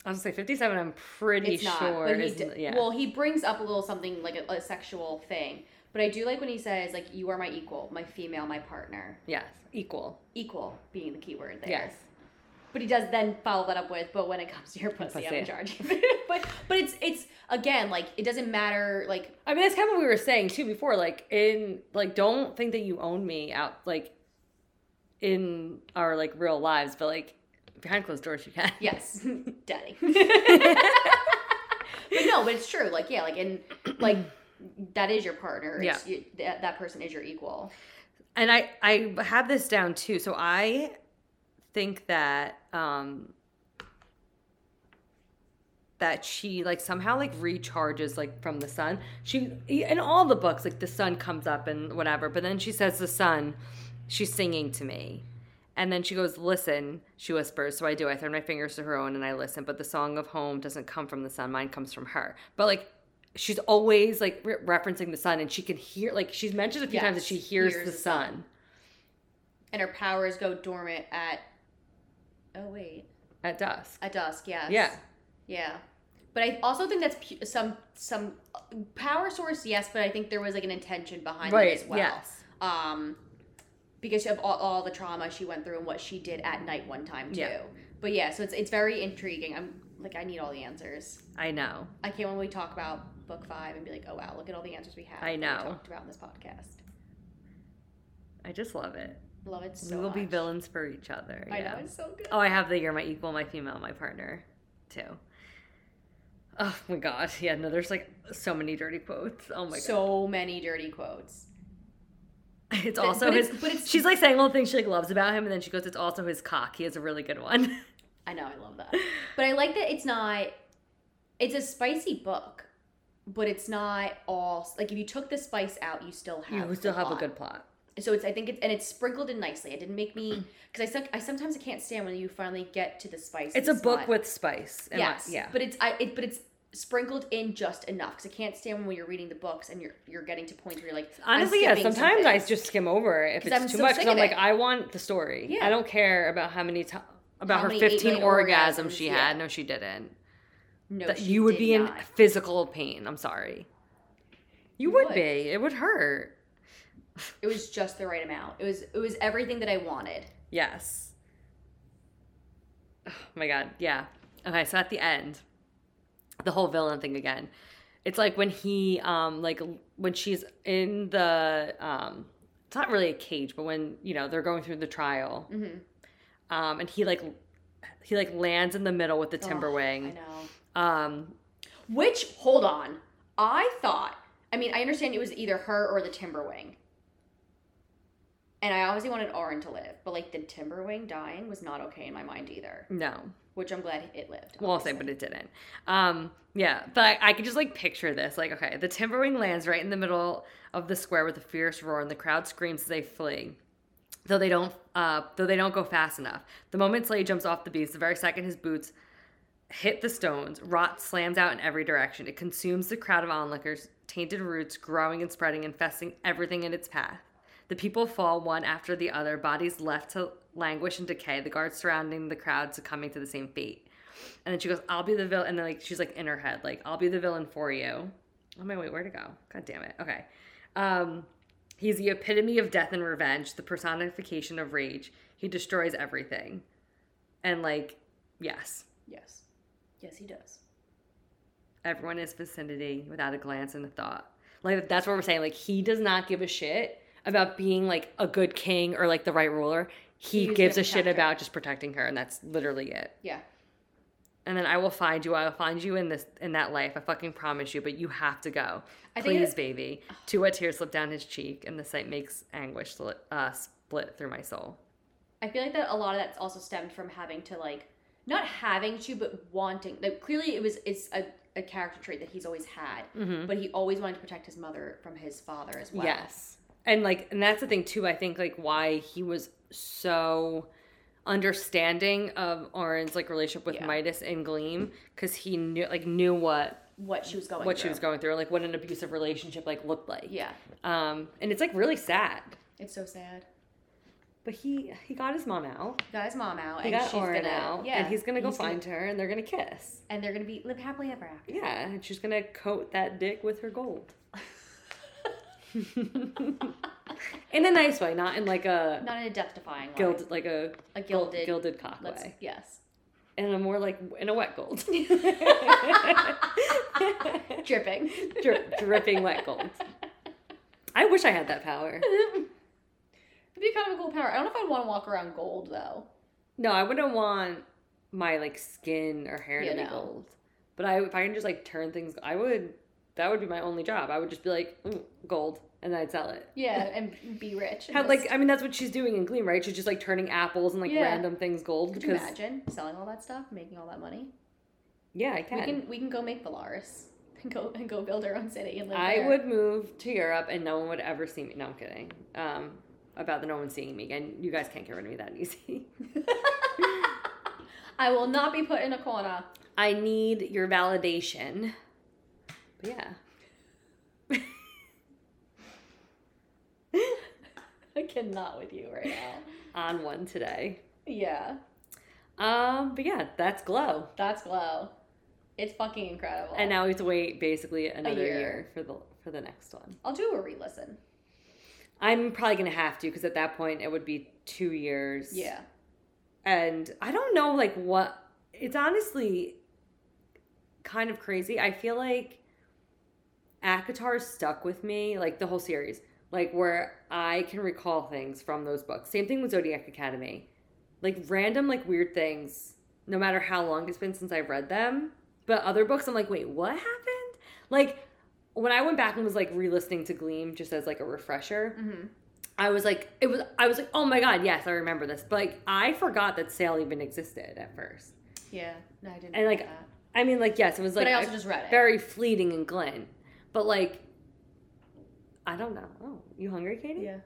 I was gonna say 57, I'm pretty
it's not.
sure.
but he
is,
d-
yeah.
Well, he brings up a little something like a, a sexual thing, but I do like when he says like you are my equal, my female, my partner.
yes, equal.
Equal being the key word there.
Yes.
But he does then follow that up with, but when it comes to your pussy, I'm in
Pussy.
charge. *laughs* but but it's it's again like it doesn't matter like
I mean, that's kind of what we were saying too before. Like, in, like, don't think that you own me out, like, in our, like, real lives, but, like, behind closed doors, you can.
yes, *laughs* daddy. but no, but it's true. Like yeah, like and like that is your partner. It's, you, that, that person is your equal.
and I I have this down too. So I think that um that she like somehow like recharges like from the sun. She in all the books like the sun comes up and whatever, but then she says the sun she's singing to me. And then she goes, Listen, she whispers. So I do. I throw my fingers to her own and I listen. But the song of home doesn't come from the sun. Mine comes from her. But like, she's always like re- referencing the sun and she can hear, like, she's mentioned a few times that
Yes,
she hears,
hears
the
the
sun.
And her powers go dormant at. Oh wait.
at dusk.
At dusk, yes.
Yeah.
Yeah. But I also think that's pu- some some uh, power source, yes. But I think there was like an intention behind it as well.
Yes.
Um, because of all, all the trauma she went through and what she did at night one time too.
Yeah.
But yeah, so it's it's very intriguing. I'm like I need all the answers.
I know.
I can't when we talk about book five and be like, oh wow, look at all the answers we have.
I
that we
know.
talked about in this podcast.
I just love it.
Love it so.
we will be
much.
villains for each other.
I
yeah.
know it's so good.
Oh, I have the you're my equal, my female, my partner too. Oh my god. Yeah, no, there's like so many dirty quotes. Oh my god.
so many dirty quotes.
*laughs* It's
But-
also
but
his
it's- but it's-
she's like saying all the things she like loves about him and then she goes, It's also his cock. He has a really good one.
I know, I love that. But I like that it's not it's a spicy book, but it's not all like if you took the spice out, you still
*laughs*
have
you still
the
have a
plot.
good plot.
So it's I think it's and it's sprinkled in nicely. It didn't make me because I suck, I sometimes I can't stand when you finally get to the spice.
It's a
and
book
not-
with spice. and
yes,
yeah.
But it's I it, but it's sprinkled in just enough because I can't stand when you're reading the books and you're you're getting to points where you're like I'm
Honestly, yeah.
skipping
Sometimes I
something.
just skim over it if
'Cause
it's
I'm
too
so
much.
sick
'cause I'm
of
like,
it.
I want the story.
Yeah.
I don't care about how many times about
How
her
many eight-minute
15 orgasms
orgasms,
she
yeah.
had. No, she didn't.
no,
that
she
you would
did
be in
not.
physical pain. I'm sorry. You,
You
would,
would.
be. It would hurt.
It was just the right amount. It was it was everything that I wanted.
Yes. Oh my god. Yeah. Okay. So at the end, the whole villain thing again. It's like when he, um, like when she's in the, um, it's not really a cage, but when you know they're going through the trial,
Mhm.
um, and he like he like lands in the middle with the timber
Ugh, I
wing.
know.
Um,
Which, hold on. I thought, I mean, I understand it was either her or the Timberwing. And I obviously wanted Arn to live, but like the Timberwing dying was not okay in my mind either,
no,
which I'm glad it lived.
well, I'll say, but it didn't. Um, yeah, but I, I could just like picture this. Like, okay, the timber wing lands right in the middle of the square with a fierce roar, and the crowd screams as they flee. Though they don't, uh, though they don't go fast enough. The moment Slade jumps off the beast, the very second his boots hit the stones, rot slams out in every direction. It consumes the crowd of onlookers, tainted roots growing and spreading, infesting everything in its path. The people fall one after the other, bodies left to languish and decay, the guards surrounding the crowd succumbing to the same fate. And then she goes, I'll be the villain. And then, like, she's like in her head, like, I'll be the villain for you. Oh my, wait, where'd it go? God damn it. Okay. Um, he's the epitome of death and revenge, the personification of rage. He destroys everything. And, like, yes,
Yes. Yes, he does.
everyone in his vicinity without a glance and a thought. Like that's what we're saying. Like he does not give a shit about being like a good king or like the right ruler. He,
He was
gives
gonna
a shit
protect her.
about just protecting her, and that's literally it.
Yeah.
And then I will find you. I will find you in this in that life. I fucking promise you. But you have to go.
I think
Please,
it- *sighs*
baby. Two a tear slipped down his cheek, and the sight makes anguish sli- uh, split through my soul.
I feel like that a lot of that's also stemmed from having to like not having to but wanting like clearly it was it's a, a character trait that he's always had but he always wanted to protect his mother from his father as well
Mm-hmm. Yes. And like and that's the thing too, I think like why he was so understanding of Orin's like relationship with
Yeah.
Midas and Gleam cuz he knew like knew what
what she was going
what she was
through.
going through, like what an abusive relationship like looked like.
yeah
Um and it's like really sad.
it's so sad
But he he got his mom out.
Got his mom out.
He
and
got
she's
Oren
gonna,
out.
Yeah.
And he's gonna go
gonna-
find her and they're gonna kiss.
and they're gonna be live happily ever after. *laughs*
Yeah. And she's gonna coat that dick with her gold. *laughs* in a nice way, not in like a
Not in a death defying way.
gilded like a
A gilded.
gilded cock
Let's,
way. *laughs*
yes.
In a more like in a wet
*laughs*
gold. *laughs*
Dripping.
Dri- dripping wet
*laughs*
gold. I wish I had that power.
It'd be kind of a cool power. I don't know if I'd want to walk around gold though.
No, I wouldn't want my like skin or hair
Yeah,
to be
no.
gold. But I, if I can just like turn things, I would. That would be my only job. I would just be like "Mm, gold, and then I'd sell it.
Yeah, and be rich. and
Had, like
just-
I mean, that's what she's doing in Gleam, right? She's just like turning apples and like
Yeah.
random things gold
could you
because
imagine selling all that stuff, making all that money?
yeah, I
We
can.
can we can go make Valaris *laughs* and go and go build our own city and live
I
there.
would move to Europe, and no one would ever see me. No, I'm kidding. Um, about the no one seeing me again. You guys can't get rid of me that easy. *laughs*
I will not be put in a corner.
I need your validation. But yeah.
*laughs* I cannot with you right now.
on one today.
yeah,
Um, but yeah, that's glow.
that's glow. It's fucking incredible.
And now we have to wait basically another year.
year.
for the for the next one.
I'll do a re-listen.
I'm probably gonna have to because at that point it would be two years.
Yeah,
And I don't know like what it's honestly kind of crazy. I feel like Akatar stuck with me, like the whole series. Like where I can recall things from those books. Same thing with Zodiac Academy. Like random, like weird things, no matter how long it's been since I've read them. But other books I'm like, wait, what happened? Like when I went back and was like re-listening to Gleam just as like a refresher,
Mhm.
I was like, it was I was like, oh my god, yes, I remember this. But like I forgot that Sale even existed at first.
yeah. No, I didn't.
And, like,
know that.
I mean, like, yes, it was like
but I also
I-
just read it.
very fleeting in Glenn. But like, I don't know. Oh, you hungry, Katie?
*laughs* yeah.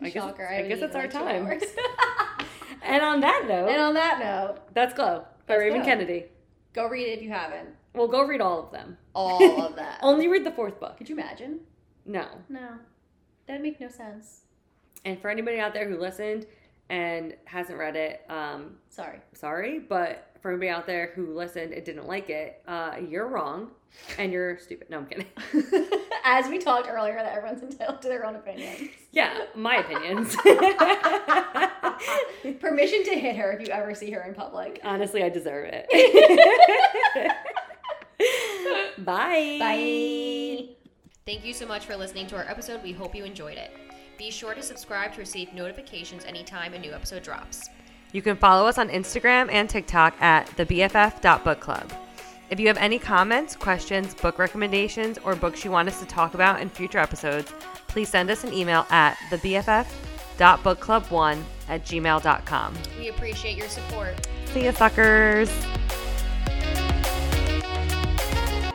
I guess
Shocker.
it's- I
haven't
guess
eaten
it's our
in, like, two
time. *laughs*
hours. *laughs*
And on that note,
and on that note,
that's Glow by
That's
Raven
Glow.
Kennedy.
go read it if you haven't.
Well, go read all of them. *laughs*
All of that.
Only read the fourth book.
Could you imagine?
No.
No, that'd make no sense.
And for anybody out there who listened and hasn't read it, um,
Sorry.
sorry, but for anybody out there who listened and didn't like it, uh, you're wrong, and you're stupid. No, I'm kidding.
*laughs*
*laughs*
As we talked earlier, that everyone's *laughs* entitled to their own
*laughs*
opinions. *laughs*
Yeah, my opinions.
Permission to hit her if you ever see her in public.
Honestly, I deserve it. Bye.
Bye. Thank you so much for listening to our episode. We hope you enjoyed it. Be sure to subscribe to receive notifications anytime a new episode drops.
You can follow us on Instagram and TikTok at thebff.bookclub. If you have any comments, questions, book recommendations, or books you want us to talk about in future episodes, please send us an email at thebff.bookclub1 at gmail.com.
We appreciate your support.
See ya, suckers!